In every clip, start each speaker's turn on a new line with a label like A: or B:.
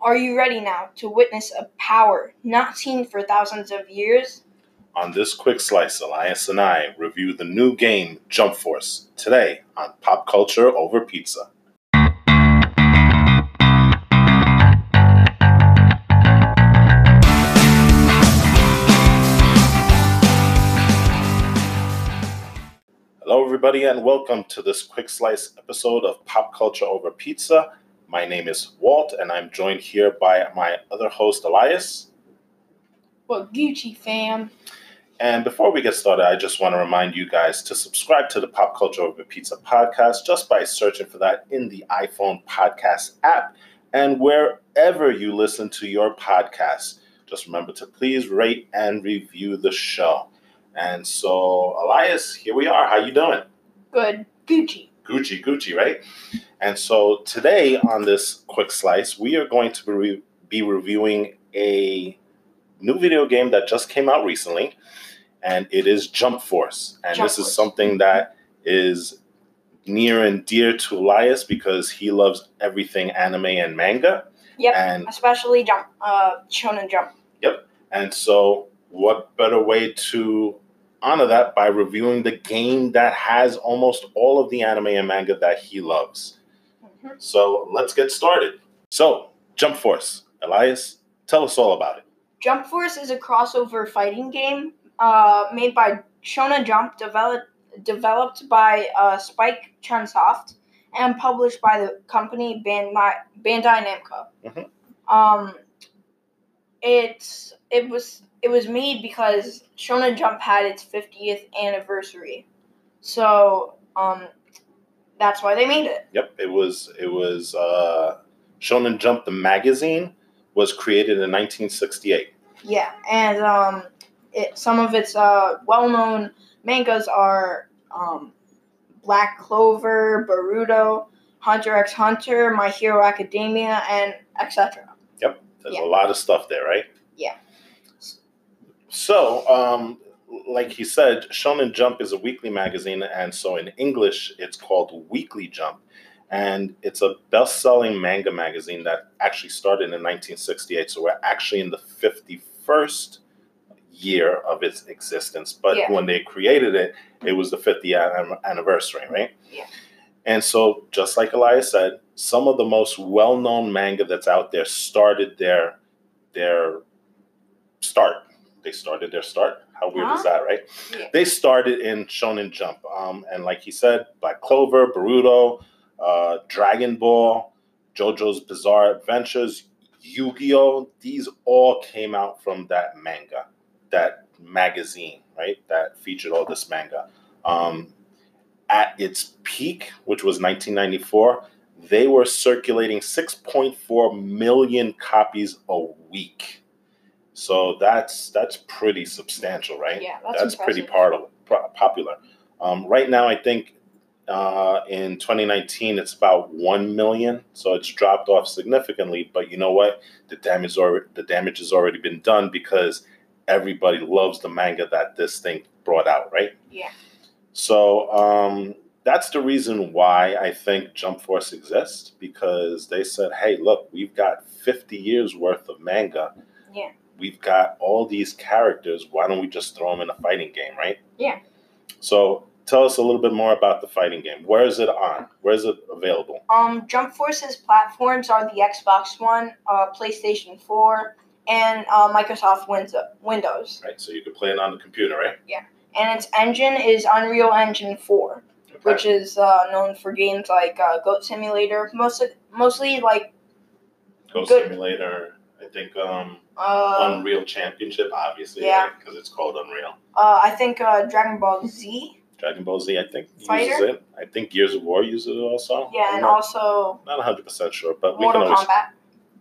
A: Are you ready now to witness a power not seen for thousands of years?
B: On this quick slice, Alliance and I review the new game Jump Force today on Pop Culture Over Pizza. Hello, everybody, and welcome to this quick slice episode of Pop Culture Over Pizza. My name is Walt, and I'm joined here by my other host, Elias.
A: Well, Gucci fam.
B: And before we get started, I just want to remind you guys to subscribe to the Pop Culture Over Pizza podcast just by searching for that in the iPhone podcast app and wherever you listen to your podcast. Just remember to please rate and review the show. And so, Elias, here we are. How you doing?
A: Good. Gucci.
B: Gucci, Gucci, right? And so today on this quick slice, we are going to be, re- be reviewing a new video game that just came out recently, and it is Jump Force. And
A: Jump
B: this
A: Force.
B: is something that is near and dear to Elias because he loves everything anime and manga.
A: Yep.
B: And
A: Especially Jump, uh, Shonen Jump.
B: and so, what better way to honor that by reviewing the game that has almost all of the anime and manga that he loves?
A: Mhm.
B: So let's get started. So, Jump Force, Elias, tell us all about it.
A: Jump Force is a crossover fighting game uh, made by Shona Jump, developed developed by uh, Spike Chunsoft, and published by the company Bandai, Bandai Namco.
B: Mhm.
A: Um, it's it was it was made because Shona Jump had its 50th anniversary, so um, that's why they made it.
B: Yep, it was it was uh, Shonen Jump the magazine was created in 1968.
A: Yeah, and um, it, some of its uh, well-known mangas are um, Black Clover, Boruto, Hunter x Hunter, My Hero Academia, and etc.
B: There's
A: Yeah.
B: a lot of stuff there, right?
A: Yeah.
B: So, um, like he said, Shonen Jump is a weekly magazine, and so in English, it's called Weekly Jump. And it's a best selling manga magazine that actually started in 1968. So we're actually in the 51st year of its existence. But
A: Yeah.
B: when they created it, it was the 50th an- anniversary, right?
A: Yeah.
B: And so, just like Elias said, some of the most well known manga that's out there started their their start. They started their start. How weird is that, right?
A: Yeah.
B: They started in Shonen Jump. Um, and like he said, Black Clover, Boruto, uh, Dragon Ball, JoJo's Bizarre Adventures, Yu Gi Oh! These all came out from that manga, that magazine, right? That featured all this manga. Um, at its peak, which was 1994, they were circulating 6.4 million copies a week. So that's that's pretty substantial, right?
A: Yeah, that's,
B: that's, pretty
A: impressive.
B: part pro- popular. Um, right now, I think uh, in 2019 it's about one million, so it's dropped off significantly. But you know what? The damage already the damage has already been done because everybody loves the manga that this thing brought out, right?
A: Yeah.
B: So um, that's the reason why I think Jump Force exists because they said, "Hey, look, we've got 50 years worth of manga.
A: Yeah.
B: We've got all these characters. Why don't we just throw them in a fighting game, right?"
A: Yeah.
B: So tell us a little bit more about the fighting game. Where is it on? Where is it available?
A: Um, Jump Force's platforms are the Xbox One, uh, PlayStation 4, and uh, Microsoft Winzo- Windows.
B: Right. So you can play it on the computer, right?
A: And its engine is Unreal Engine 4. which is uh, known for games like uh, Goat Simulator, mostly mostly like
B: Ghost
A: good.
B: Simulator. I think um,
A: uh,
B: Unreal Championship, obviously,
A: yeah.
B: Because it's called Unreal.
A: uh, I think uh, Dragon Ball Z,
B: Dragon Ball Z, I think, uses
A: Fighter?
B: it. I think Gears of War uses it also.
A: yeah,
B: I'm
A: and
B: not,
A: also
B: not 100% sure, but we
A: Mortal
B: can always.
A: Kombat.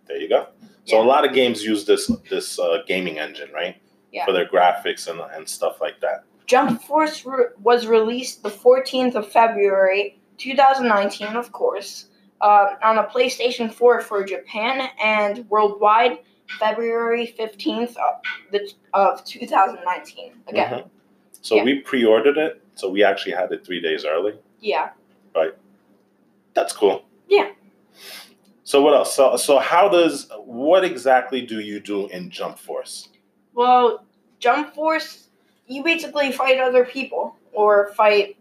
B: There you go. So
A: Yeah.
B: a lot of games use this this uh, gaming engine, right?
A: Yeah.
B: For their graphics and, and stuff like that.
A: Jump Force re- was released the 14th of February 2019, of course, uh, on a PlayStation 4 for Japan and worldwide February 15th of, the, of 2019. Again,
B: Mhm. So
A: Yeah.
B: we pre-ordered it. So we actually had it three days early.
A: yeah,
B: That's cool.
A: Yeah.
B: So what else? So so how does what exactly do you do in Jump Force?
A: Well, Jump Force, you basically fight other people or fight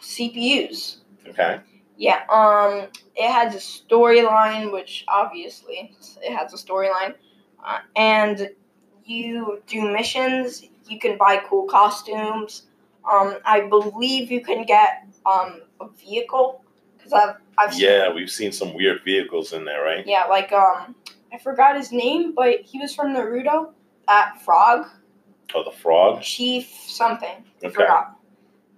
A: CPUs.
B: Okay.
A: Yeah, um, it has a storyline, which obviously it has a storyline, uh, and you do missions. You can buy cool costumes. Um, I believe you can get um a vehicle because I've I've seen-
B: Yeah, we've seen some weird vehicles in there, right?
A: yeah like um I forgot his name, but he was from Naruto. That frog
B: Oh, the frog.
A: chief something. I
B: Okay.
A: Forgot.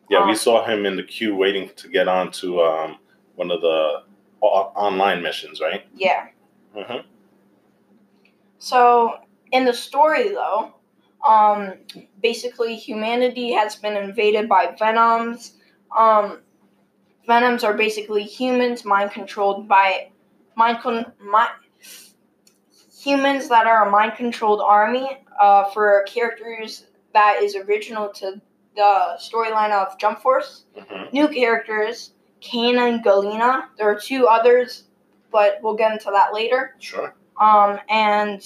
B: Yeah, we
A: Um,
B: saw him in the queue waiting to get onto um, one of the o- online missions, right?
A: Yeah.
B: Mhm.
A: So in the story, though, um, basically humanity has been invaded by venoms. Um, venoms are basically humans mind controlled by mind con- mind humans that are a mind controlled army uh, for characters that is original to the storyline of Jump Force
B: Mhm.
A: new characters, Kana and Galena. There are two others, but we'll get into that later.
B: Sure.
A: Um, and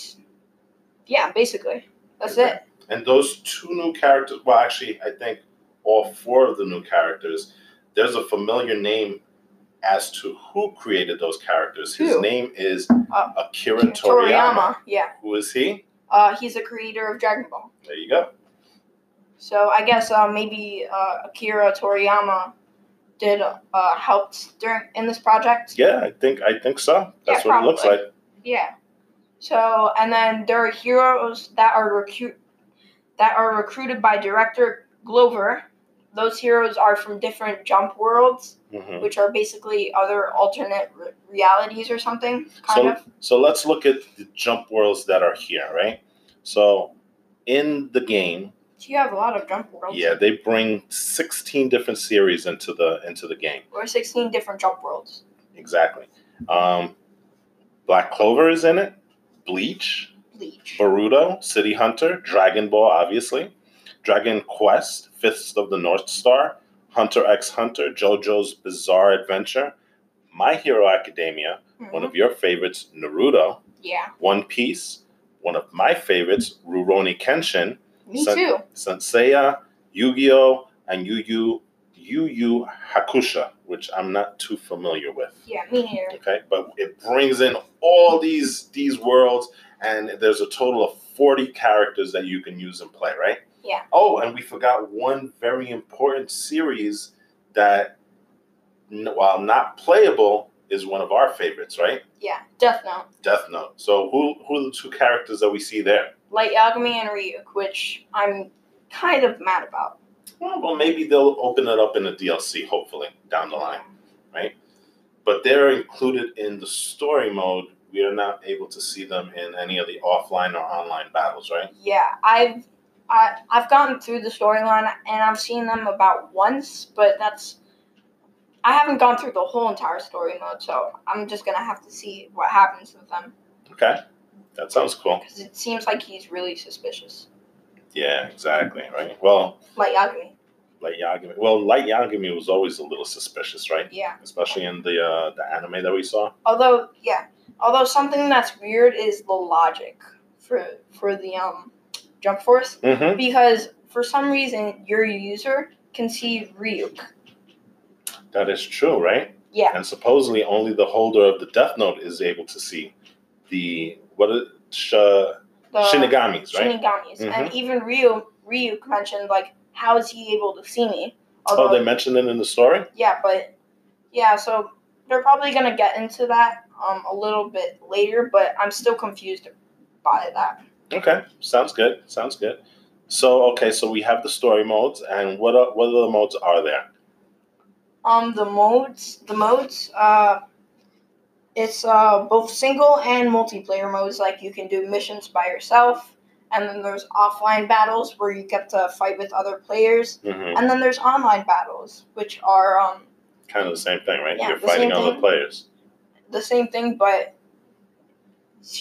A: yeah, basically, that's
B: Okay.
A: it.
B: And those two new characters. Well, actually, I think all four of the new characters. There's a familiar name as to who created those characters. His
A: Who?
B: name is
A: Uh,
B: Akira Toriyama.
A: yeah.
B: Who is he?
A: Uh, he's the creator of Dragon Ball.
B: There you go.
A: So I guess uh, maybe uh, Akira Toriyama did uh, helped during in this project.
B: Yeah, I think I think so. That's
A: Yeah,
B: what it looks like.
A: probably. Yeah. So and then there are heroes that are recruit that are recruited by director Glover. Those heroes are from different jump worlds,
B: Mhm.
A: which are basically other alternate re- realities or something, kind
B: So-
A: of.
B: So let's look at the jump worlds that are here, right? So in the game,
A: So you have a lot of jump worlds.
B: Yeah, they bring 16 different series into the into the game.
A: Or 16 different jump worlds.
B: Exactly. Um, Black Clover is in it. Bleach,
A: Bleach.
B: Boruto, City Hunter, Dragon Ball, obviously, Dragon Quest, Fist of the North Star, Hunter x Hunter, JoJo's Bizarre Adventure, My Hero Academia, one
A: Mhm.
B: of your favorites, Naruto,
A: yeah.
B: One Piece, one of my favorites, Rurouni Kenshin,
A: Me
B: Sen-
A: too.
B: Senseiya, Yu-Gi-Oh, and Yu Yu Yu Yu Hakusha, which I'm not too familiar with.
A: Yeah, me neither.
B: Okay, but it brings in all these these worlds, and there's a total of 40 characters that you can use and play, right?
A: Yeah.
B: Oh, and we forgot one very important series that, n- while not playable, is one of our favorites, right?
A: Yeah. Death Note.
B: Death Note. So who who are the two characters that we see there?
A: Light Yagami and Ryuk, which I'm kind of mad about.
B: Well, well, maybe they'll open it up in a DLC, hopefully down the line. but they're included in the story mode. We are not able to see them in any of the offline or online battles, right?
A: Yeah, I've I, I've gone through the storyline and I've seen them about once, but that's I haven't gone through the whole entire story mode, so I'm just gonna have to see what happens with them
B: Okay, that sounds cool.
A: because it seems like he's really suspicious.
B: Yeah, exactly. Right. Well,
A: Light Yagami,
B: Light Yagami. Well, Light Yagami was always a little suspicious, right?
A: yeah.
B: Especially in the uh, the anime that we saw.
A: Although, yeah, although something that's weird is the logic for for the um jump force
B: Mm-hmm.
A: because for some reason your user can see Ryuk.
B: That is true, right?
A: Yeah,
B: And supposedly only the holder of the Death Note is able to see the what is, sh-
A: the
B: Shinigamis, right?
A: Shinigamis,
B: Mm-hmm.
A: and even Ryu Ryuk mentioned like how is he able to see me?
B: oh, they mentioned it in the story.
A: yeah, but yeah, so they're probably gonna get into that um a little bit later, but I'm still confused by that.
B: Okay, sounds good. Sounds good. So okay, so we have the story modes, and what are, what other modes are there?
A: Um, the modes, the modes, uh, it's uh, both single and multiplayer modes. Like you can do missions by yourself, and then there's offline battles where you get to fight with other players,
B: hmm
A: and then there's online battles, which are um,
B: Kind of the same thing, right?
A: Yeah,
B: You're
A: the
B: fighting
A: same
B: other
A: thing.
B: players.
A: the same thing, but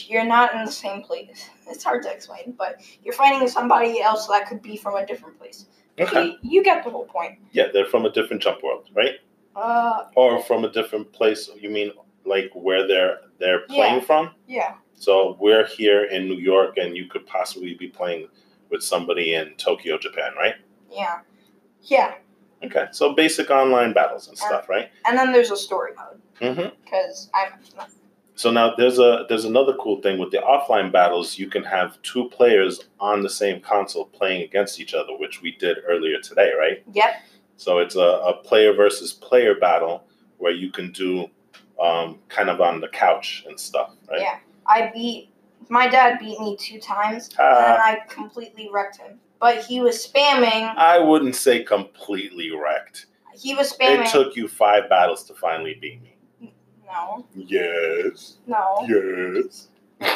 A: you're not in the same place. It's hard to explain, but you're fighting somebody else that could be from a different place.
B: Okay.
A: You, you get the whole point.
B: Yeah, they're from a different jump world, right?
A: Uh,
B: Or from a different place. You mean like where they're they're playing
A: Yeah.
B: from.
A: Yeah.
B: So we're here in New York, and you could possibly be playing with somebody in Tokyo, Japan, right?
A: Yeah. Yeah.
B: Okay. So basic online battles and stuff, right?
A: And then there's a story mode
B: hmm
A: because I'm
B: So now there's a there's another cool thing with the offline battles. You can have two players on the same console playing against each other, which we did earlier today, right?
A: yep.
B: So it's a, a player versus player battle where you can do um, kind of on the couch and stuff, right?
A: Yeah. I beat my dad beat me two times and
B: Ah,
A: I completely wrecked him. But he was spamming.
B: I wouldn't say completely wrecked.
A: He was spamming.
B: It took you five battles to finally beat me.
A: no.
B: Yes.
A: No.
B: Yes.
A: no.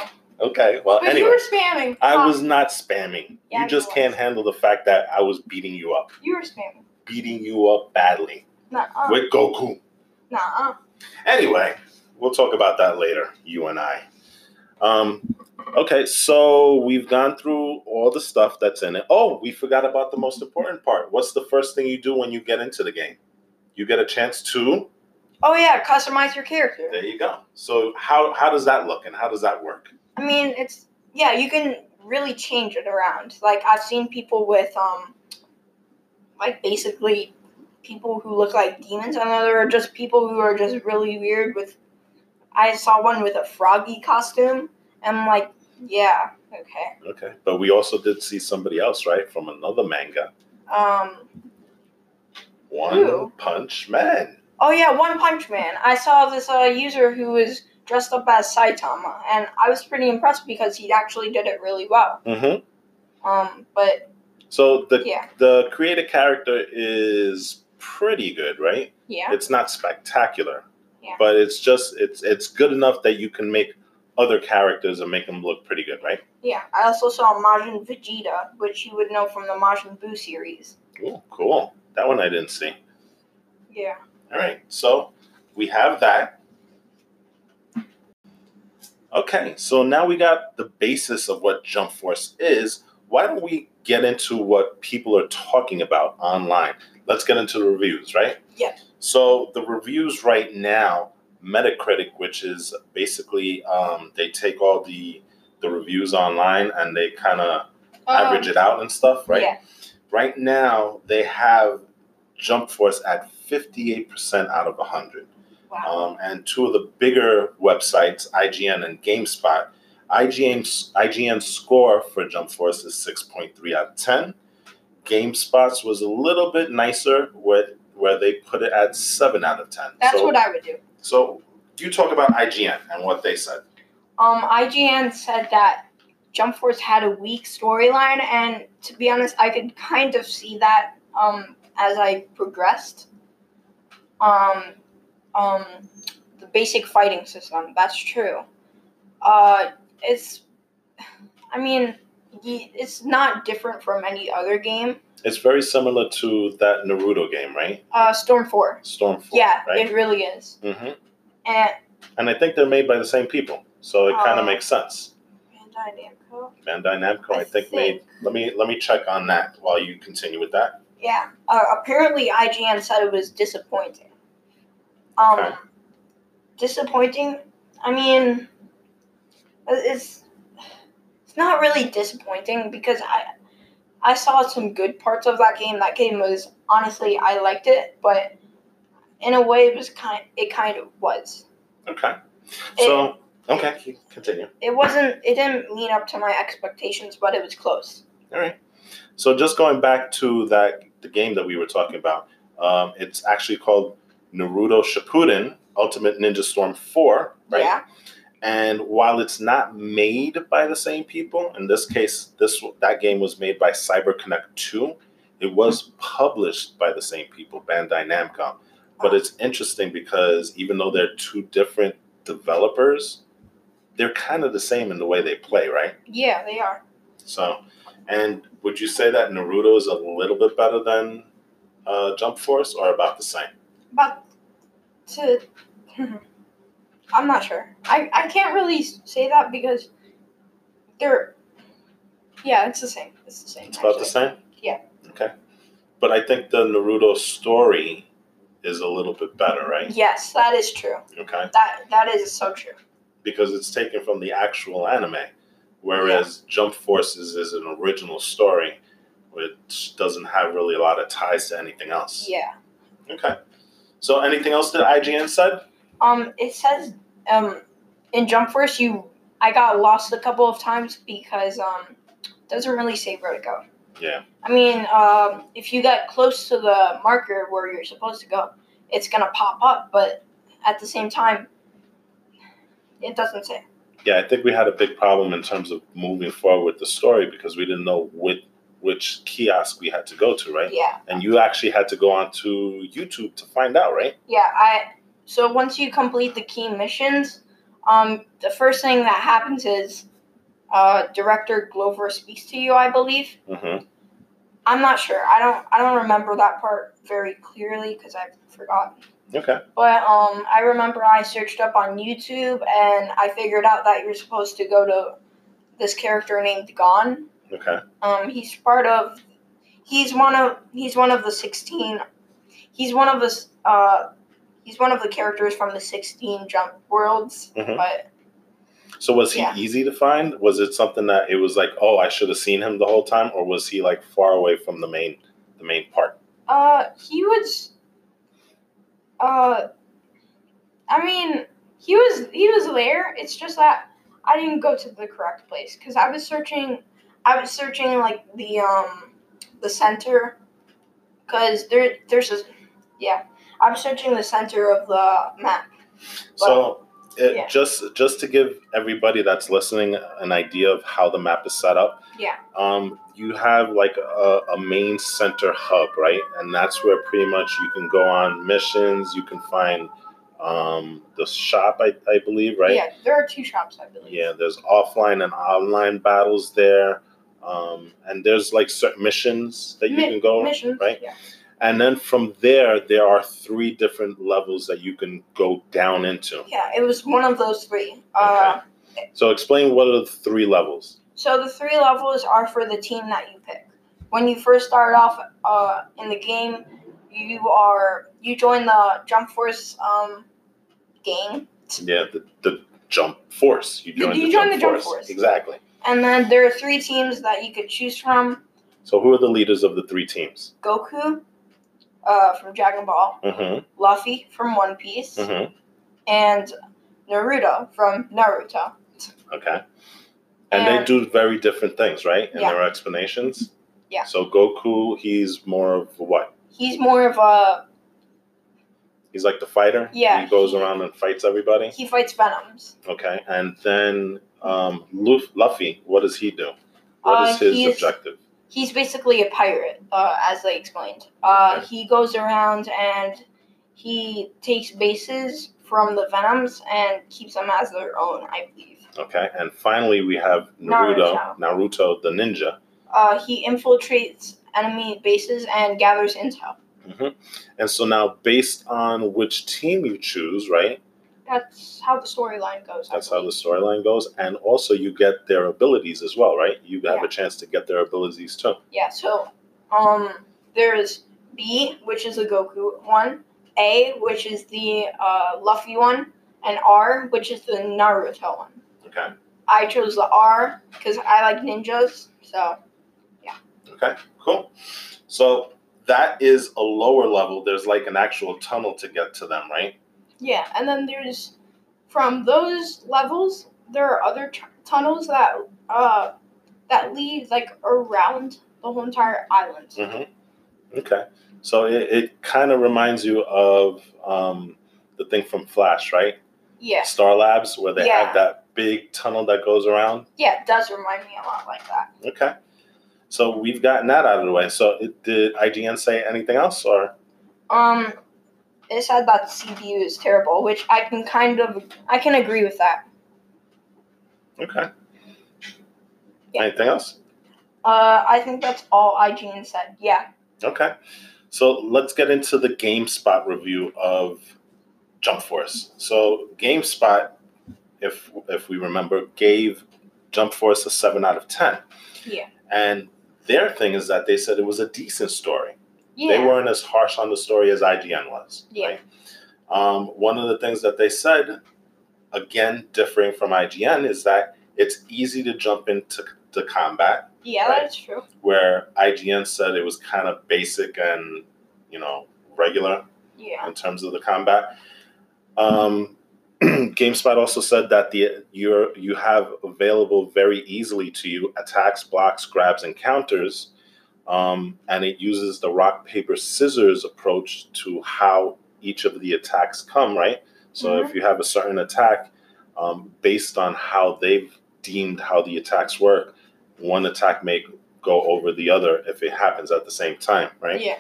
B: Okay. Well,
A: But you
B: uh, anyway,
A: were spamming.
B: I
A: Huh.
B: was not spamming.
A: Yeah,
B: you just
A: you
B: can't
A: was.
B: handle the fact that I was beating you up,
A: You were spamming. uh,
B: beating you up badly
A: Nuh-uh.
B: with Goku.
A: Nuh-uh.
B: Anyway, we'll talk about that later, you and I. Um, okay, so we've gone through all the stuff that's in it. Oh, we forgot about the most important part. What's the first thing you do when you get into the game? You get a chance to.
A: Oh yeah, customize your character.
B: There you go. So how how does that look and how does that work?
A: I mean, it's yeah, you can really change it around. Like I've seen people with um like basically people who look like demons and there are just people who are just really weird with I saw one with a froggy costume and I'm like, yeah, okay.
B: Okay, but we also did see somebody else, right, from another manga,
A: Um
B: One
A: Who?
B: Punch Man.
A: oh yeah, One Punch Man. I saw this uh, user who was dressed up as Saitama and I was pretty impressed because he actually did it really well.
B: Mm-hmm.
A: Um but
B: So the
A: yeah,
B: the creative character is pretty good, right?
A: yeah.
B: it's not spectacular
A: Yeah.
B: but it's just it's it's good enough that you can make other characters and make them look pretty good right
A: Yeah, I also saw Majin Vegeta, which you would know from the Majin Buu series.
B: cool cool that one i didn't see
A: Yeah.
B: all right so we have that okay so now we got the basis of what jump force is why don't we get into what people are talking about online let's get into the reviews right
A: Yeah.
B: So the reviews right now, Metacritic, which is basically um, they take all the the reviews online and they kind of average it out and stuff, right?
A: Oh. Um, Yeah.
B: Right now, they have Jump Force at fifty eight percent out of hundred,
A: Wow.
B: um, and two of the bigger websites, IGN and GameSpot. IGN's, IGN's score for Jump Force is 6.3 out of 10. GameSpot's was a little bit nicer, with, where they put it at 7 out of 10.
A: That's
B: so,
A: what I would do.
B: so you talk about IGN and what they said.
A: Um, IGN said that Jump Force had a weak storyline, and to be honest, I could kind of see that um, as I progressed. Um, um, the basic fighting system, that's true. Uh, it's, I mean, y- it's not different from any other game.
B: It's very similar to that Naruto game, right?
A: Uh, Storm 4.
B: Stormfall,
A: Yeah,
B: right?
A: it really is.
B: hmm
A: And
B: And I think they're made by the same people, so it kind
A: Oh.
B: of makes sense.
A: Bandai Namco.
B: Bandai Namco, I,
A: I
B: think, made. Let me let me check on that while you continue with that.
A: Yeah. Uh, apparently, IGN said it was disappointing. Um,
B: Okay.
A: disappointing. I mean, it's it's not really disappointing because I I saw some good parts of that game. That game was honestly I liked it, but in a way, it was kind. It kind of was.
B: Okay.
A: It-
B: So okay, you continue.
A: It wasn't. It didn't meet up to my expectations, but it was close.
B: All right. So just going back to that the game that we were talking about, um, it's actually called Naruto Shippuden Ultimate Ninja Storm Four, right?
A: Yeah.
B: And while it's not made by the same people, in this case, this that game was made by CyberConnect Two. It was published by the same people, Bandai Namco. But it's interesting because even though they're two different developers, they're kind of the same in the way they play, right?
A: Yeah, they are.
B: So, and would you say that Naruto is a little bit better than uh, Jump Force, or about the same?
A: But to, I'm not sure. I, I can't really say that because they're, yeah, it's the same. It's the same.
B: It's about the
A: actually.
B: same.
A: Yeah.
B: Okay, but I think the Naruto story is a little bit better, right?
A: Yes, that is true.
B: Okay,
A: That that is so true.
B: because it's taken from the actual anime, whereas Jump Forces is an original story, which doesn't have really a lot of ties to anything else.
A: Yeah.
B: Okay, so anything else that IGN said?
A: Um, it says um in Jump Force you I got lost a couple of times because um it doesn't really say where to go.
B: Yeah.
A: I mean, um, if you got close to the marker where you're supposed to go, it's gonna pop up, but at the same time, it doesn't say.
B: Yeah, I think we had a big problem in terms of moving forward with the story because we didn't know which which kiosk we had to go to, right?
A: Yeah,
B: And you actually had to go onto YouTube to find out, right?
A: yeah. I so once you complete the key missions, um, the first thing that happens is, uh, director Glover speaks to you, I believe,
B: Mm-hmm.
A: I'm not sure. I don't I don't remember that part very clearly because I forgot.
B: Okay.
A: But um, I remember I searched up on YouTube and I figured out that you're supposed to go to this character named Gon.
B: Okay.
A: Um, he's part of. He's one of he's one of the sixteen. He's one of the s- uh, he's one of the characters from the sixteen jump worlds.
B: Mhm.
A: But
B: So was he
A: Yeah.
B: easy to find? Was it something that it was like, oh, I should have seen him the whole time, or was he like far away from the main the main part?
A: uh, he was. Uh, I mean, he was he was there. It's just that I didn't go to the correct place because I was searching. I was searching like the um the center because there there's a yeah. I'm searching the center of the map.
B: so it,
A: yeah.
B: just just to give everybody that's listening an idea of how the map is set up.
A: Yeah.
B: Um, you have like a, a main center hub, right? And that's where pretty much you can go on missions. You can find um, the shop, I, I believe, right?
A: Yeah, there are two shops I believe.
B: Yeah, there's offline and online battles there. Um, and there's like certain missions that you
A: Mi-
B: can go
A: Missions.
B: Oh, right?
A: Yeah.
B: and then from there there are three different levels that you can go down into
A: Yeah, it was one of those three. Uh,
B: so explain what are the three levels
A: So the three levels are for the team that you pick. When you first start off uh, in the game, you are you join the Jump Force um, gang,
B: yeah the, the jump force you
A: You-
B: join,
A: you join
B: the, jump
A: the jump force.
B: exactly
A: and then there are three teams that you could choose from:
B: so who are the leaders of the three teams
A: Goku uh, from Dragon Ball,
B: mm-hmm,
A: Luffy from One Piece,
B: mm-hmm.
A: and Naruto from Naruto.
B: okay and they
A: And-
B: do very different things right in
A: Uh, Yeah.
B: their explanations
A: Yeah.
B: so goku he's more of what
A: He's more of a
B: he's like the fighter
A: Yeah,
B: he goes
A: he-
B: around and fights everybody
A: he fights Venoms.
B: okay and then um, Luf- luffy what does he do
A: Uh,
B: What is his
A: he's-
B: objective
A: he's basically a pirate, uh, as they explained. Uh,
B: Okay.
A: He goes around and he takes bases from the Venoms and keeps them as their own, I believe.
B: Okay, and finally we have Naruto, Naruto,
A: Naruto.
B: the ninja.
A: Uh, he infiltrates enemy bases and gathers intel.
B: And so now, based on which team you choose, right?
A: That's how the storyline goes. I
B: That's how the
A: believe.
B: storyline goes, and also you get their abilities as well, right? You have
A: Yeah.
B: a chance to get their abilities too.
A: Yeah. So, um, there's B, which is the Goku one, A, which is the uh, Luffy one, and R, which is the Naruto one.
B: Okay.
A: I chose the R because I like ninjas. So
B: Okay. Cool. So that is a lower level. There's like an actual tunnel to get to them, right?
A: yeah, and then there's from those levels there are other t- tunnels that uh that lead like around the whole entire island.
B: Mm-hmm. Okay. So it, it kind of reminds you of um, the thing from Flash, right?
A: Yeah,
B: Star Labs, where they
A: Yeah.
B: have that big tunnel that goes around.
A: yeah, it does remind me a lot like that.
B: Okay. So we've gotten that out of the way. So it, did IGN say anything else, or
A: Um, it said that CPU is terrible, which I can kind of I can agree with that.
B: okay?
A: Yeah.
B: Anything else?
A: Uh, I think that's all IGN said. Yeah,
B: Okay. So let's get into the GameSpot review of Jump Force. So GameSpot, if if we remember, gave Jump Force a seven out of ten.
A: Yeah.
B: And their thing is that they said it was a decent story.
A: Yeah.
B: They weren't as harsh on the story as IGN was.
A: Yeah.
B: right? Um, one of the things that they said, again, differing from IGN, is that it's easy to jump into the combat,
A: yeah,
B: right.
A: that's true.
B: where IGN said it was kind of basic and, you know, regular
A: Yeah.
B: in terms of the combat. Um, GameSpot also said that the you you have available very easily to you attacks, blocks, grabs, and counters, um, and it uses the rock paper scissors approach to how each of the attacks come. Right, so if you have a certain attack, um, based on how they've deemed how the attacks work, one attack may go over the other if it happens at the same time. Right.
A: Yeah.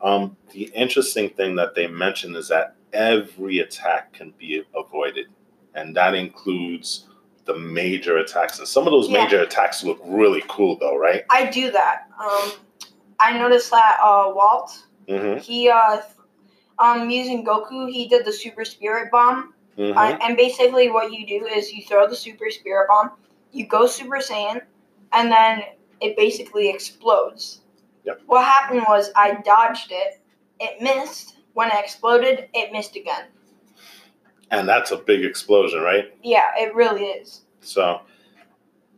B: Um, the interesting thing that they mention is that every attack can be avoided, and that includes the major attacks. And some of those
A: Yeah.
B: major attacks look really cool, though, right?
A: I do that. Um, I noticed that uh, Walt,
B: Mm-hmm.
A: he uh, um, using Goku, he did the Super Spirit Bomb.
B: mm-hmm.
A: Uh, and basically, what you do is you throw the Super Spirit Bomb, you go Super Saiyan, and then it basically explodes.
B: Yep.
A: What happened was I dodged it, it missed. When it exploded, it missed again.
B: and that's a big explosion, right?
A: Yeah, it really is.
B: So,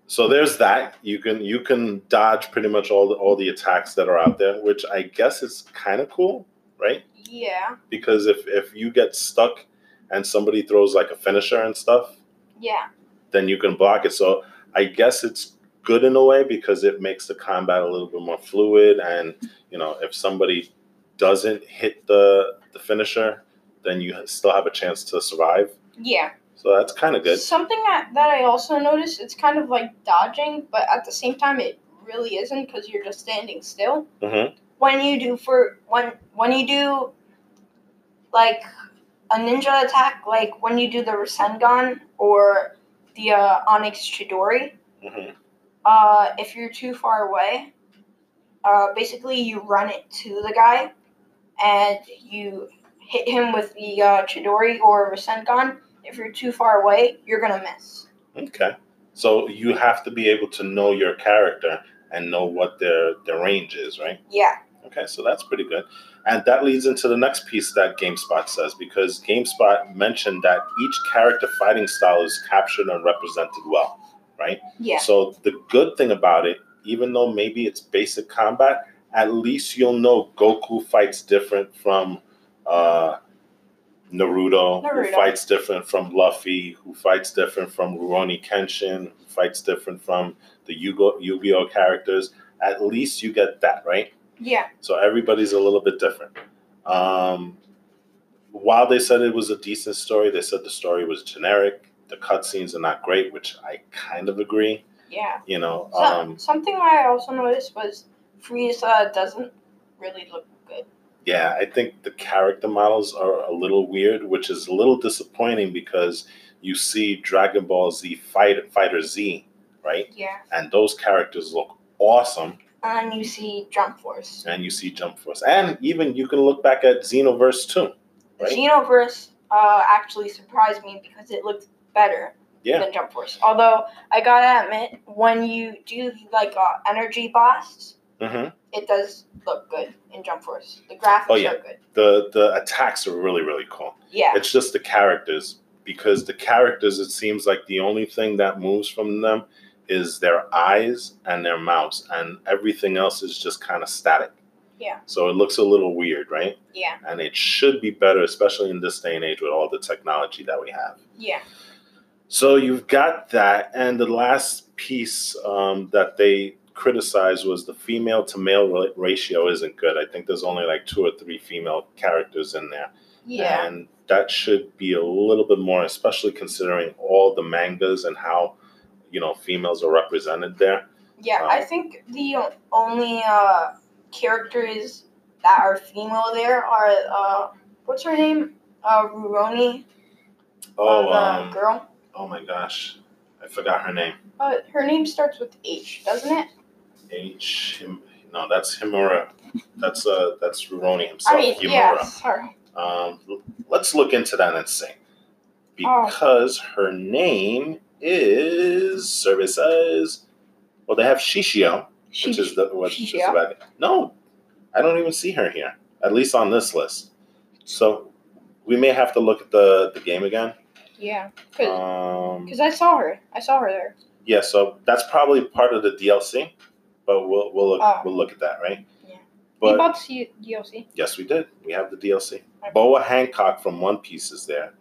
B: so there's that. You can you can dodge pretty much all the, all the attacks that are out there, which I guess is kind of cool, right?
A: Yeah,
B: Because if if you get stuck and somebody throws like a finisher and stuff,
A: yeah,
B: then you can block it. So I guess it's good in a way because it makes the combat a little bit more fluid. And you know, if somebody doesn't hit the the finisher, then you still have a chance to survive.
A: yeah.
B: So that's kind of good.
A: Something that, that I also noticed, it's kind of like dodging, but at the same time, it really isn't because you're just standing still.
B: hmm
A: when you do for when when you do like a ninja attack, like when you do the Rasengan or the uh, Onyx Chidori,
B: hmm
A: uh, if you're too far away, uh, basically you run it to the guy and you hit him with the uh, Chidori or Rasengan. If you're too far away, you're gonna miss.
B: Okay. So you have to be able to know your character and know what their their range is, right?
A: Yeah,
B: Okay, so that's pretty good. And that leads into the next piece that GameSpot says because GameSpot mentioned that each character fighting style is captured and represented well, right?
A: yeah,
B: So the good thing about it, even though maybe it's basic combat, at least you'll know Goku fights different from uh, Naruto, who
A: Naruto.
B: fights different from Luffy, who fights different from Rurouni Kenshin, who fights different from the Yu- Yu-Gi-Oh characters. At least you get that, right?
A: yeah,
B: So everybody's a little bit different. Um, while they said it was a decent story, they said the story was generic. The cutscenes are not great, which I kind of agree.
A: yeah.
B: You know,
A: So,
B: um,
A: something I also noticed was Frieza doesn't really look good.
B: yeah, I think the character models are a little weird, which is a little disappointing because you see Dragon Ball Z Fight Fighter Z, right?
A: Yeah.
B: And those characters look awesome.
A: And then you see Jump Force.
B: And you see Jump Force, and even you can look back at Xenoverse too, right?
A: Xenoverse uh, actually surprised me because it looked better
B: Yeah.
A: than Jump Force. Although I gotta admit, when you do like uh, energy blasts,
B: Mm-hmm.
A: it does look good in Jump Force. The graphics
B: Oh, yeah.
A: are good.
B: the the attacks are really really cool.
A: Yeah.
B: It's just the characters because the characters it seems like the only thing that moves from them is their eyes and their mouths and everything else is just kind of static.
A: Yeah.
B: So it looks a little weird, right?
A: Yeah.
B: And it should be better especially in this day and age with all the technology that we have.
A: Yeah.
B: So you've got that, and the last piece um, that they criticized was the female to male ra- ratio isn't good. I think there's only like two or three female characters in there,
A: Yeah.
B: and that should be a little bit more, especially considering all the mangas and how you know females are represented there.
A: Yeah. I think the o- only uh, characters that are female there are uh, what's her name? Uh, Ruroni.
B: Oh,
A: the
B: um,
A: girl.
B: oh my gosh, I forgot her name.
A: Uh, her name starts with H, doesn't it?
B: H. Him, no, that's Himura. That's uh, that's Ruroni himself.
A: I mean,
B: Himura.
A: yeah. Sorry.
B: Um, l- let's look into that and see.
A: Oh.
B: Because her name is service says well they have Shishio,
A: She,
B: which is the what
A: Shishio?
B: Is about, no I don't even see her here, at least on this list. So we may have to look at the, the game again.
A: Yeah, because
B: Um,
A: I saw her. I saw her there.
B: yeah, so that's probably part of the DLC, but we'll we'll look,
A: Oh.
B: we'll look at that, right?
A: Yeah. we
B: But
A: about to see DLC.
B: Yes, we did. We have the DLC.
A: Alright.
B: Boa Hancock from One Piece is there.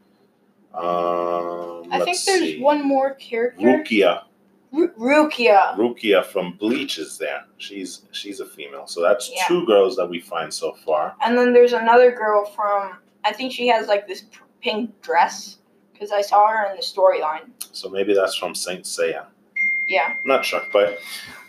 B: Um,
A: I
B: let's
A: think there's
B: see.
A: one more character.
B: Rukia.
A: Ru- Rukia.
B: Rukia from Bleach is there. She's she's a female. So that's
A: Yeah.
B: two girls that we find so far.
A: And then there's another girl from. I think she has like this p- pink dress because I saw her in the storyline.
B: So maybe that's from Saint Seiya.
A: Yeah.
B: I'm not sure, but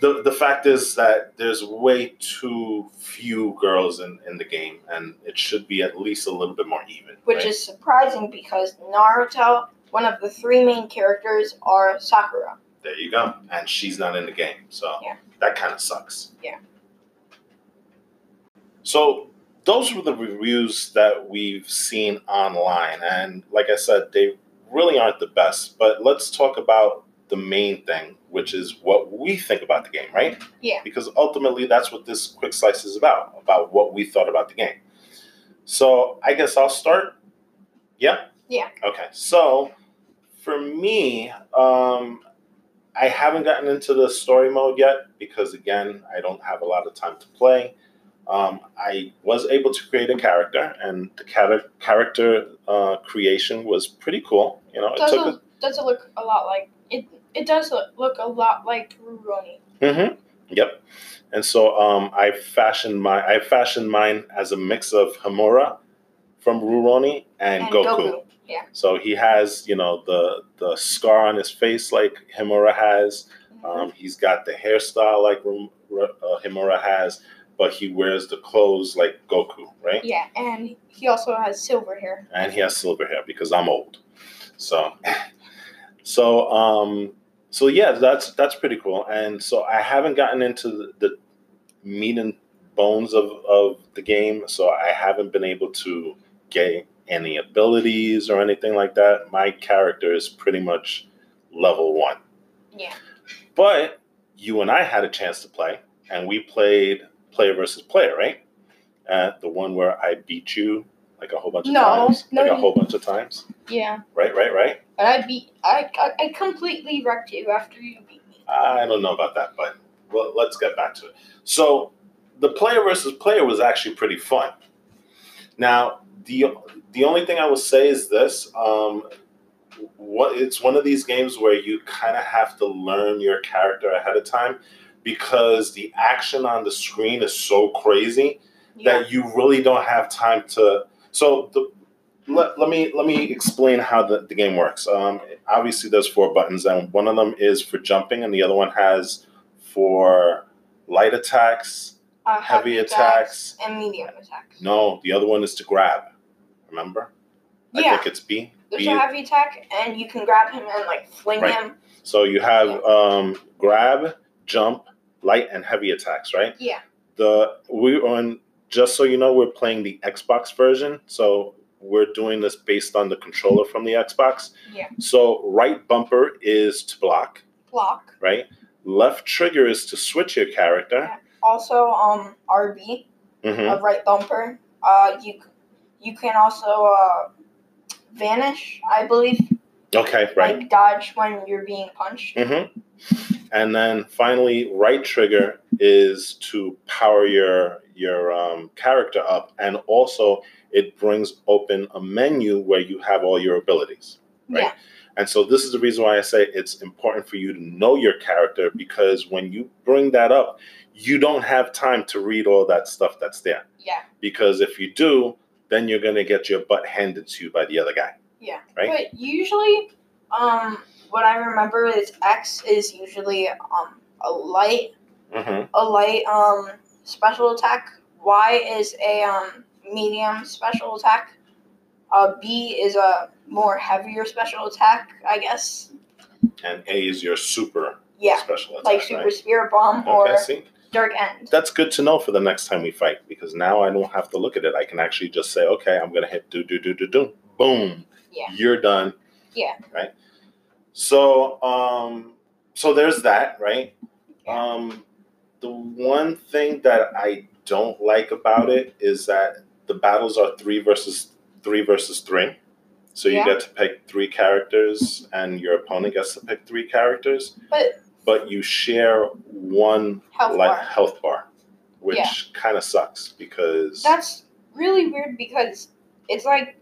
B: the the fact is that there's way too few girls in, in the game, and it should be at least a little bit more even.
A: which
B: right?
A: is surprising because Naruto, one of the three main characters, are Sakura.
B: there you go, and she's not in the game, so
A: Yeah.
B: that kind of sucks.
A: Yeah.
B: So those were the reviews that we've seen online, and like I said, they really aren't the best. But let's talk about the main thing, which is what we think about the game, right?
A: Yeah.
B: Because ultimately, that's what this quick slice is about about what we thought about the game. So I guess I'll start. Yeah?
A: Yeah.
B: Okay. So for me, um, I haven't gotten into the story mode yet because, again, I don't have a lot of time to play. Um, I was able to create a character, and the chara- character uh, creation was pretty cool. You know, it
A: Does
B: took a
A: it does it look a lot like it? It does look, look a lot like Rurouni.
B: Mm-hmm. Yep. And so um, I fashioned my I fashioned mine as a mix of Hamura from Rurouni and, Goku. So he has you know the the scar on his face like Hamura has. Um, he's got the hairstyle like Rum- Ru- uh, Hamura has, but he wears the clothes like Goku, right?
A: yeah, and he also has silver hair.
B: and he has silver hair because I'm old. So, so, um, so yeah, that's that's pretty cool. And so I haven't gotten into the, the meat and bones of of the game, so I haven't been able to get any abilities or anything like that. My character is pretty much level one.
A: Yeah.
B: But you and I had a chance to play, and we played player versus player, right? Uh, the one where I beat you like a whole bunch of
A: No,
B: times,
A: no,
B: like a
A: you-
B: whole bunch of times.
A: Yeah,
B: Right, right, right.
A: but I beat. I, I I completely wrecked you after you beat me.
B: I don't know about that, but well, let's get back to it. So the player versus player was actually pretty fun. Now the the only thing I will say is this: um, what it's one of these games where you kind of have to learn your character ahead of time because the action on the screen is so crazy
A: Yeah.
B: that you really don't have time to. So the, let, let me let me explain how the, the game works. Um, obviously, there's four buttons, and one of them is for jumping, and the other one has for light attacks,
A: Uh,
B: heavy attacks.
A: and medium attacks.
B: No, the other one is to grab. Remember? I
A: yeah,
B: think it's B.
A: there's
B: B.
A: a heavy attack, and you can grab him and like fling
B: Right.
A: him.
B: So you have um, grab, jump, light, and heavy attacks, right?
A: Yeah.
B: the we're on just so you know we're playing the xbox version so we're doing this based on the controller from the xbox
A: Yeah.
B: so right bumper is to block
A: Block.
B: right left trigger is to switch your character
A: Also, um, RB,
B: hmm
A: a right bumper. Uh, you c- you can also uh, vanish, I believe,
B: okay right
A: like dodge when you're being punched.
B: hmm and then finally right trigger is to power your your um, character up and also it brings open a menu where you have all your abilities right?
A: Yeah,
B: And so this is the reason why I say it's important for you to know your character because when you bring that up, you don't have time to read all that stuff that's there.
A: yeah,
B: Because if you do, then you're gonna get your butt handed to you by the other guy.
A: yeah.
B: Right.
A: But usually, um, what I remember is X is usually um a light
B: Mm-hmm.
A: a light um special attack. Y is a um medium special attack. Uh, B is a more heavier special attack, I guess.
B: And A is your super
A: Yeah,
B: special attack.
A: like super
B: right?
A: spirit bomb
B: Okay,
A: or
B: see,
A: dark end.
B: that's good to know for the next time we fight because now I don't have to look at it. I can actually just say, okay, I'm gonna hit do do do do do, boom.
A: Yeah.
B: You're done.
A: Yeah.
B: Right. So um, so there's that, right?
A: Yeah.
B: Um, the one thing that I don't like about it is that the battles are three versus three versus three. So you
A: Yeah.
B: get to pick three characters, and your opponent gets to pick three characters.
A: But-
B: but you share one
A: Health
B: like
A: bar.
B: health bar, which
A: Yeah.
B: kind of sucks because
A: That's really weird because it's like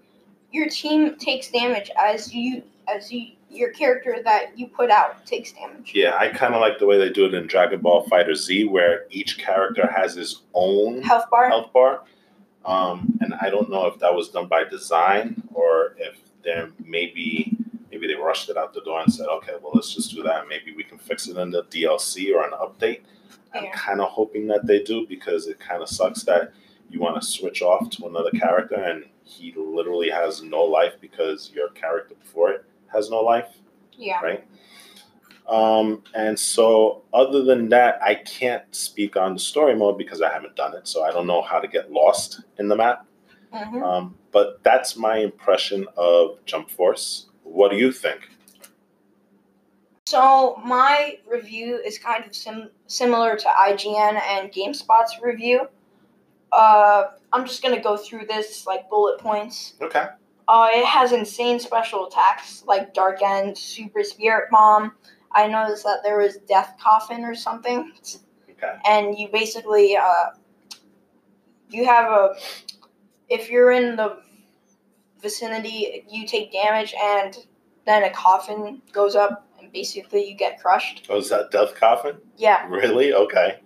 A: your team takes damage as you as you your character that you put out takes damage.
B: yeah, I kind of like the way they do it in Dragon Ball Fighter Z, where each character has his own
A: Health bar.
B: health bar. Um, and I don't know if that was done by design or if there maybe maybe they rushed it out the door and said, okay, well let's just do that. Maybe we can fix it in the DLC or an update. I'm
A: Yeah.
B: kind of hoping that they do because it kind of sucks that you want to switch off to another character and he literally has no life because your character before it has no life.
A: Yeah.
B: Um, and so, other than that, I can't speak on the story mode because I haven't done it, so I don't know how to get lost in the map.
A: hmm
B: Um, but that's my impression of Jump Force. What do you think?
A: So my review is kind of sim- similar to IGN and GameSpot's review. Uh, I'm just gonna go through this like bullet points.
B: Okay.
A: Uh, it has insane special attacks like Dark End, Super Spirit Bomb. I noticed that there was Death Coffin or something,
B: Okay.
A: and you basically uh, you have a if you're in the vicinity, you take damage, and then a coffin goes up, and basically you get crushed.
B: Oh, is that Death Coffin?
A: Yeah,
B: Really? Okay.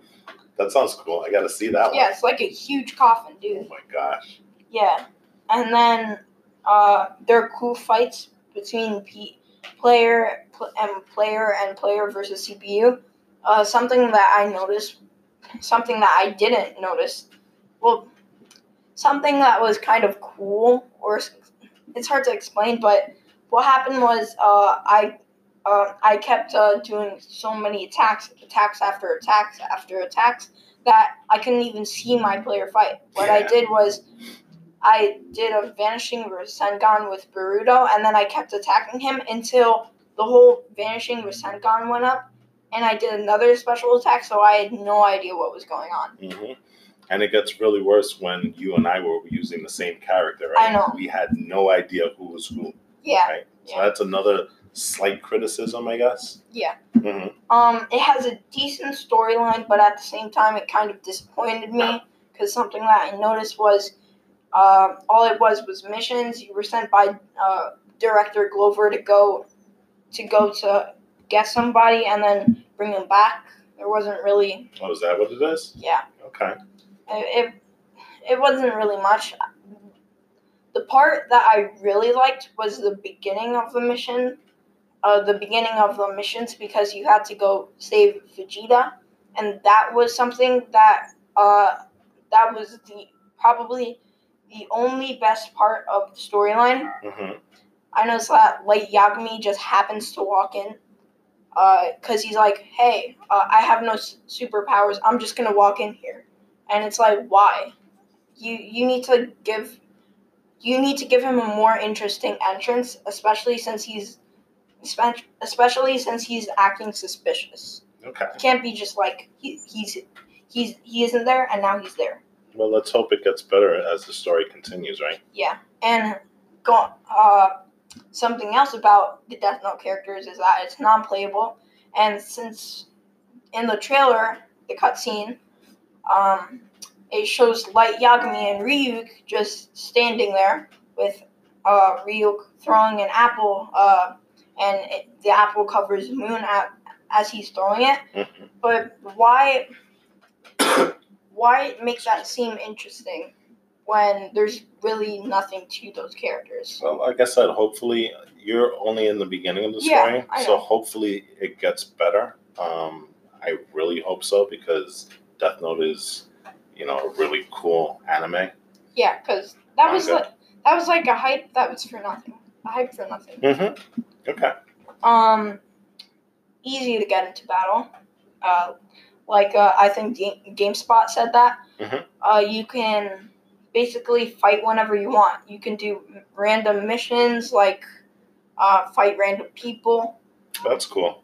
B: That sounds cool. I got to see that
A: yeah, it's like a huge coffin,
B: one.
A: dude.
B: Oh my gosh.
A: Yeah, and then uh, there are cool fights between P- player pl- and player and player versus CPU. Uh, something that I noticed, something that I didn't notice, well, something that was kind of cool, or s- it's hard to explain, but what happened was uh, I. Uh, I kept uh, doing so many attacks, attacks after attacks after attacks that I couldn't even see my player fight. What I
B: Yeah.
A: did was I did a vanishing Rasengan with Baruto, and then I kept attacking him until the whole vanishing Rasengan went up, and I did another special attack, so I had no idea what was going on.
B: hmm And it gets really worse when you and I were using the same character, right?
A: I know.
B: We had no idea who was who.
A: Yeah,
B: Right. So
A: Yeah.
B: that's another slight criticism, I guess.
A: yeah.
B: hmm
A: Um, it has a decent storyline, but at the same time, it kind of disappointed me because something that I noticed was uh, all it was was missions. You were sent by uh, director Glover to go to go to get somebody and then bring them back. There wasn't really,
B: Oh, is that what it is?
A: yeah.
B: Okay.
A: it it wasn't really much. The part that I really liked was the beginning of the mission, uh, the beginning of the missions because you had to go save Vegeta, and that was something that uh, that was the probably the only best part of the storyline.
B: hmm
A: I noticed that Light Yagami just happens to walk in, because he's like, "Hey, uh, I have no s- superpowers. I'm just gonna walk in here," and it's like, "Why? You you need to give, you need to give him a more interesting entrance, especially since he's, spe- especially since he's acting suspicious.
B: Okay.
A: It can't be just like he, he's he's he isn't there and now he's there.
B: Well, let's hope it gets better as the story continues, right?
A: And go uh, something else about the Death Note characters is that it's non-playable, and since in the trailer, the cutscene, um, it shows Light Yagami and Ryuk just standing there with uh, Ryuk throwing an apple, uh, and it, the apple covers the moon a as he's throwing it.
B: Mhm.
A: But why? why make that seem interesting when there's really nothing to those characters?
B: Well, like I said, hopefully you're only in the beginning of the
A: Yeah,
B: story,
A: I
B: so
A: know.
B: hopefully it gets better. Um, I really hope so because Death Note is, you know, a really cool anime.
A: Yeah, because that was
B: Manga.
A: like that was like a hype that was for nothing. A hype for nothing.
B: Mm-hmm. Okay.
A: Um, easy to get into battle. Uh, like uh, I think Game, GameSpot said that.
B: Mhm.
A: Uh, you can basically fight whenever you want. You can do random missions, like uh, fight random people,
B: That's cool.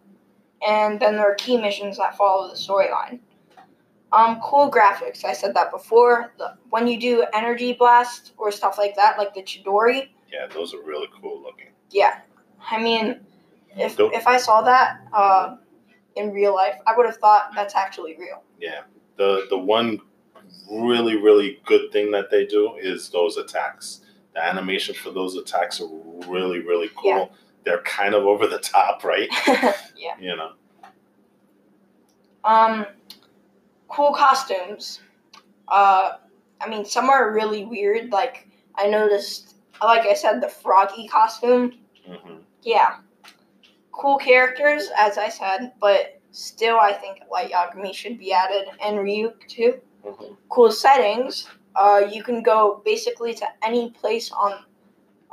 A: and then there are key missions that follow the storyline. Um, cool graphics. I said that before. The- When you do energy blast or stuff like that, like the Chidori,
B: Yeah, those are really cool looking.
A: yeah. I mean, if
B: Dope.
A: if I saw that uh, in real life, I would have thought that's actually real.
B: Yeah. The the one really really good thing that they do is those attacks. The animation for those attacks are really really cool.
A: Yeah.
B: They're kind of over the top, right?
A: yeah.
B: You know.
A: Um, cool costumes. Uh, I mean, some are really weird. Like I noticed, like I said, the froggy costume.
B: hmm
A: Yeah. Cool characters, as I said, but still, I think Light Yagami should be added and Ryuk too.
B: Mhm.
A: Cool settings. Uh, you can go basically to any place on,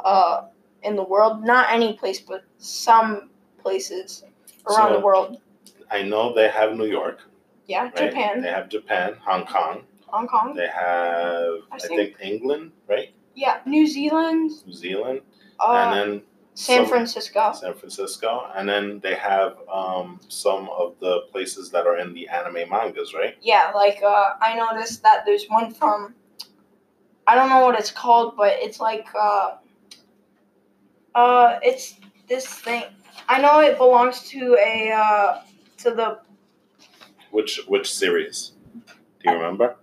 A: uh, in the world. Not any place, but some places around
B: So-
A: the world.
B: I know they have New York,
A: Yeah,
B: right?
A: Japan,
B: They have Japan, Hong Kong.
A: Hong Kong.
B: They have
A: I
B: I think England, right?
A: Yeah, New Zealand.
B: New Zealand,
A: Uh,
B: and then
A: San
B: some-
A: Francisco.
B: San Francisco, and then they have um, some of the places that are in the anime mangas, right?
A: Yeah, like uh, I noticed that there's one from I don't know what it's called, but it's like uh, uh, it's this thing. I know it belongs to a uh, to the.
B: Which which series? Do you remember?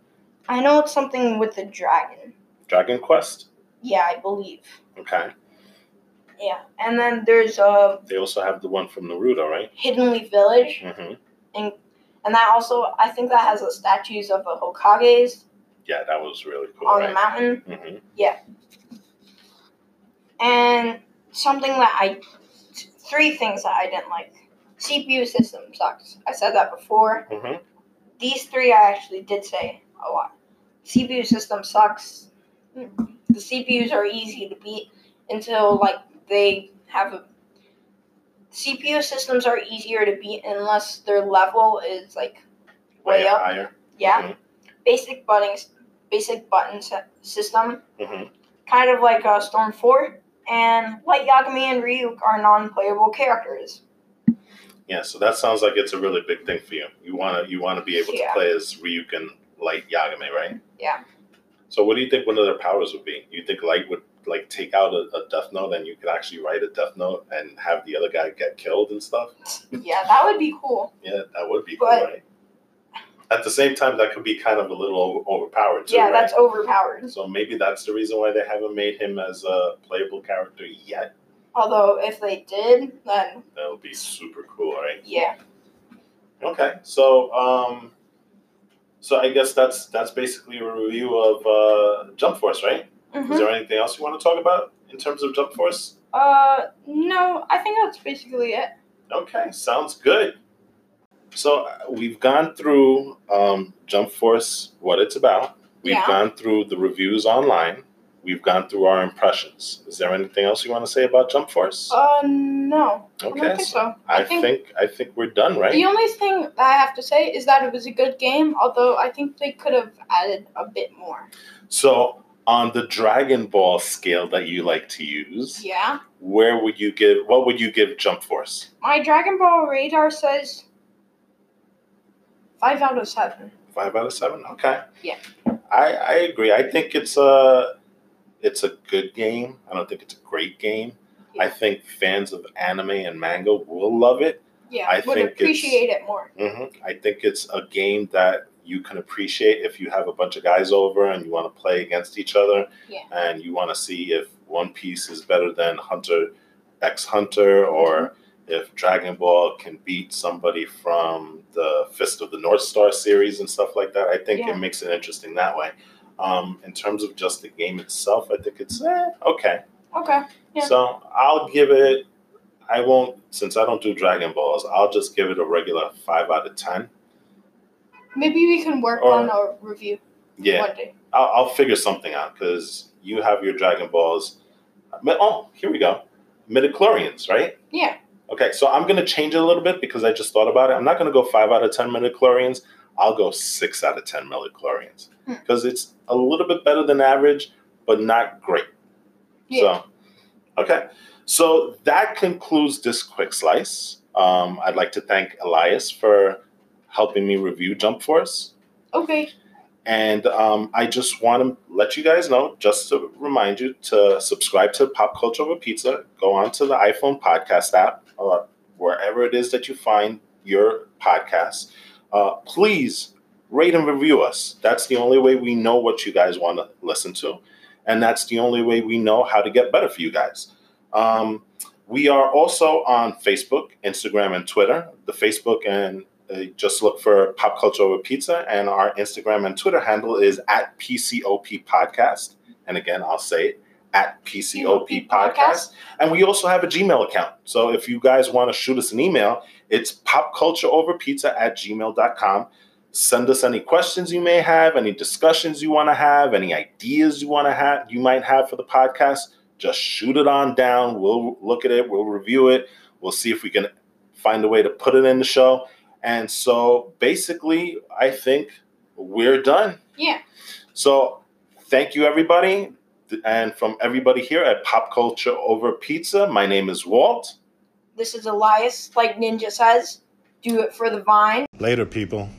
A: I know it's something with the dragon.
B: Dragon Quest.
A: Yeah, I believe.
B: Okay.
A: Yeah, and then there's uh,
B: They also have the one from Naruto, right?
A: Hidden Leaf Village,
B: hmm
A: and that also I think that has the statues of the Hokages
B: Yeah, that was really cool.
A: on the
B: right?
A: mountain.
B: hmm
A: and something that I, t- three things that I didn't like. CPU system sucks. I said that before.
B: hmm
A: These three I actually did say a lot. CPU system sucks. The CPUs are easy to beat until like they have a. CPU systems are easier to beat unless their level is like
B: Way
A: Way up.
B: higher. Mm-hmm.
A: yeah. Basic buttons, basic button sy- system
B: hmm
A: kind of like uh, Storm 4, and Light Yagami and Ryuk are non playable characters.
B: Yeah. So that sounds like it's a really big thing for you. You wanna you wanna be able
A: Yeah.
B: to play as Ryuk and Light Yagami, right?
A: Yeah.
B: So what do you think one of their powers would be? You think Light would like take out a, a Death Note and you could actually write a Death Note and have the other guy get killed and stuff?
A: Yeah, that would be cool.
B: Yeah, that would be cool,
A: But-
B: right? At the same time, that could be kind of a little over- overpowered too,
A: yeah,
B: right?
A: that's overpowered.
B: So maybe that's the reason why they haven't made him as a playable character yet.
A: Although, if they did, then
B: That would be super cool, right?
A: yeah.
B: Okay, so um, so I guess that's that's basically a review of uh, Jump Force, right? Is
A: Mm-hmm.
B: there anything else you want to talk about in terms of Jump Force?
A: Uh, no, I think that's basically it.
B: Okay, sounds good. So uh, we've gone through um, Jump Force, what it's about. We've
A: Yeah.
B: gone through the reviews online. We've gone through our impressions. Is there anything else you want to say about Jump Force?
A: Uh, no.
B: okay,
A: I don't think
B: so
A: so.
B: I,
A: I think-
B: think, I think we're done, right?
A: The only thing that I have to say is that it was a good game, although I think they could have added a bit more.
B: so on the Dragon Ball scale that you like to use,
A: Yeah.
B: where would you give? What would you give Jump Force?
A: My Dragon Ball radar says 5 out of 7.
B: Five out of seven. Okay.
A: Yeah.
B: I I agree. I think it's a it's a good game. I don't think it's a great game. I
A: Yeah.
B: think fans of anime and manga will love it.
A: Yeah,
B: I
A: would
B: think it's-
A: appreciate it more.
B: hmm I think it's a game that you can appreciate if you have a bunch of guys over and you want to play against each other
A: Yeah.
B: and you want to see if One Piece is better than Hunter X Hunter or
A: Mm-hmm.
B: if Dragon Ball can beat somebody from the Fist of the North Star series and stuff like that. I think
A: Yeah.
B: it makes it interesting that way. Um, in terms of just the game itself, I think it's eh, okay.
A: Okay. Yeah.
B: So I'll give it. I won't since I don't do Dragon Balls. I'll just give it a regular five out of ten.
A: Maybe we can work
B: Or-
A: on a review
B: Yeah,
A: one day.
B: I'll, I'll figure something out because you have your Dragon Balls. Mi- Oh, here we go. Midichlorians, right?
A: Yeah.
B: Okay, so I'm gonna change it a little bit because I just thought about it. I'm not gonna go five out of ten midichlorians. I'll go six out of ten midichlorians
A: Hmm.
B: because it's a little bit better than average, but not great.
A: Yeah.
B: So, okay. So that concludes this quick slice. Um, I'd like to thank Elias for helping me review Jump Force.
A: Okay.
B: And um, I just want to let you guys know, just to remind you, to subscribe to Pop Culture Over Pizza. Go on to the iPhone podcast app or wherever it is that you find your podcast. Uh, please rate and review us. That's the only way we know what you guys want to listen to. And that's the only way we know how to get better for you guys. Um, we are also on Facebook, Instagram, and Twitter. The Facebook and uh, just look for Pop Culture Over Pizza, and our Instagram and Twitter handle is at PCOP Podcast. And again, I'll say it at PCOP Podcast. And we also have a Gmail account. So if you guys want to shoot us an email, it's popcultureoverpizza at gmail.com. Send us any questions you may have, any discussions you want to have, any ideas you want to have, you might have for the podcast. Just shoot it on down. We'll look at it. We'll review it. We'll see if we can find a way to put it in the show. And so basically, I think we're done.
A: Yeah.
B: So thank you, everybody. And from everybody here at Pop Culture Over Pizza, my name is Walt.
A: This is Elias. Like Ninja says, do it for the vine.
B: Later, people.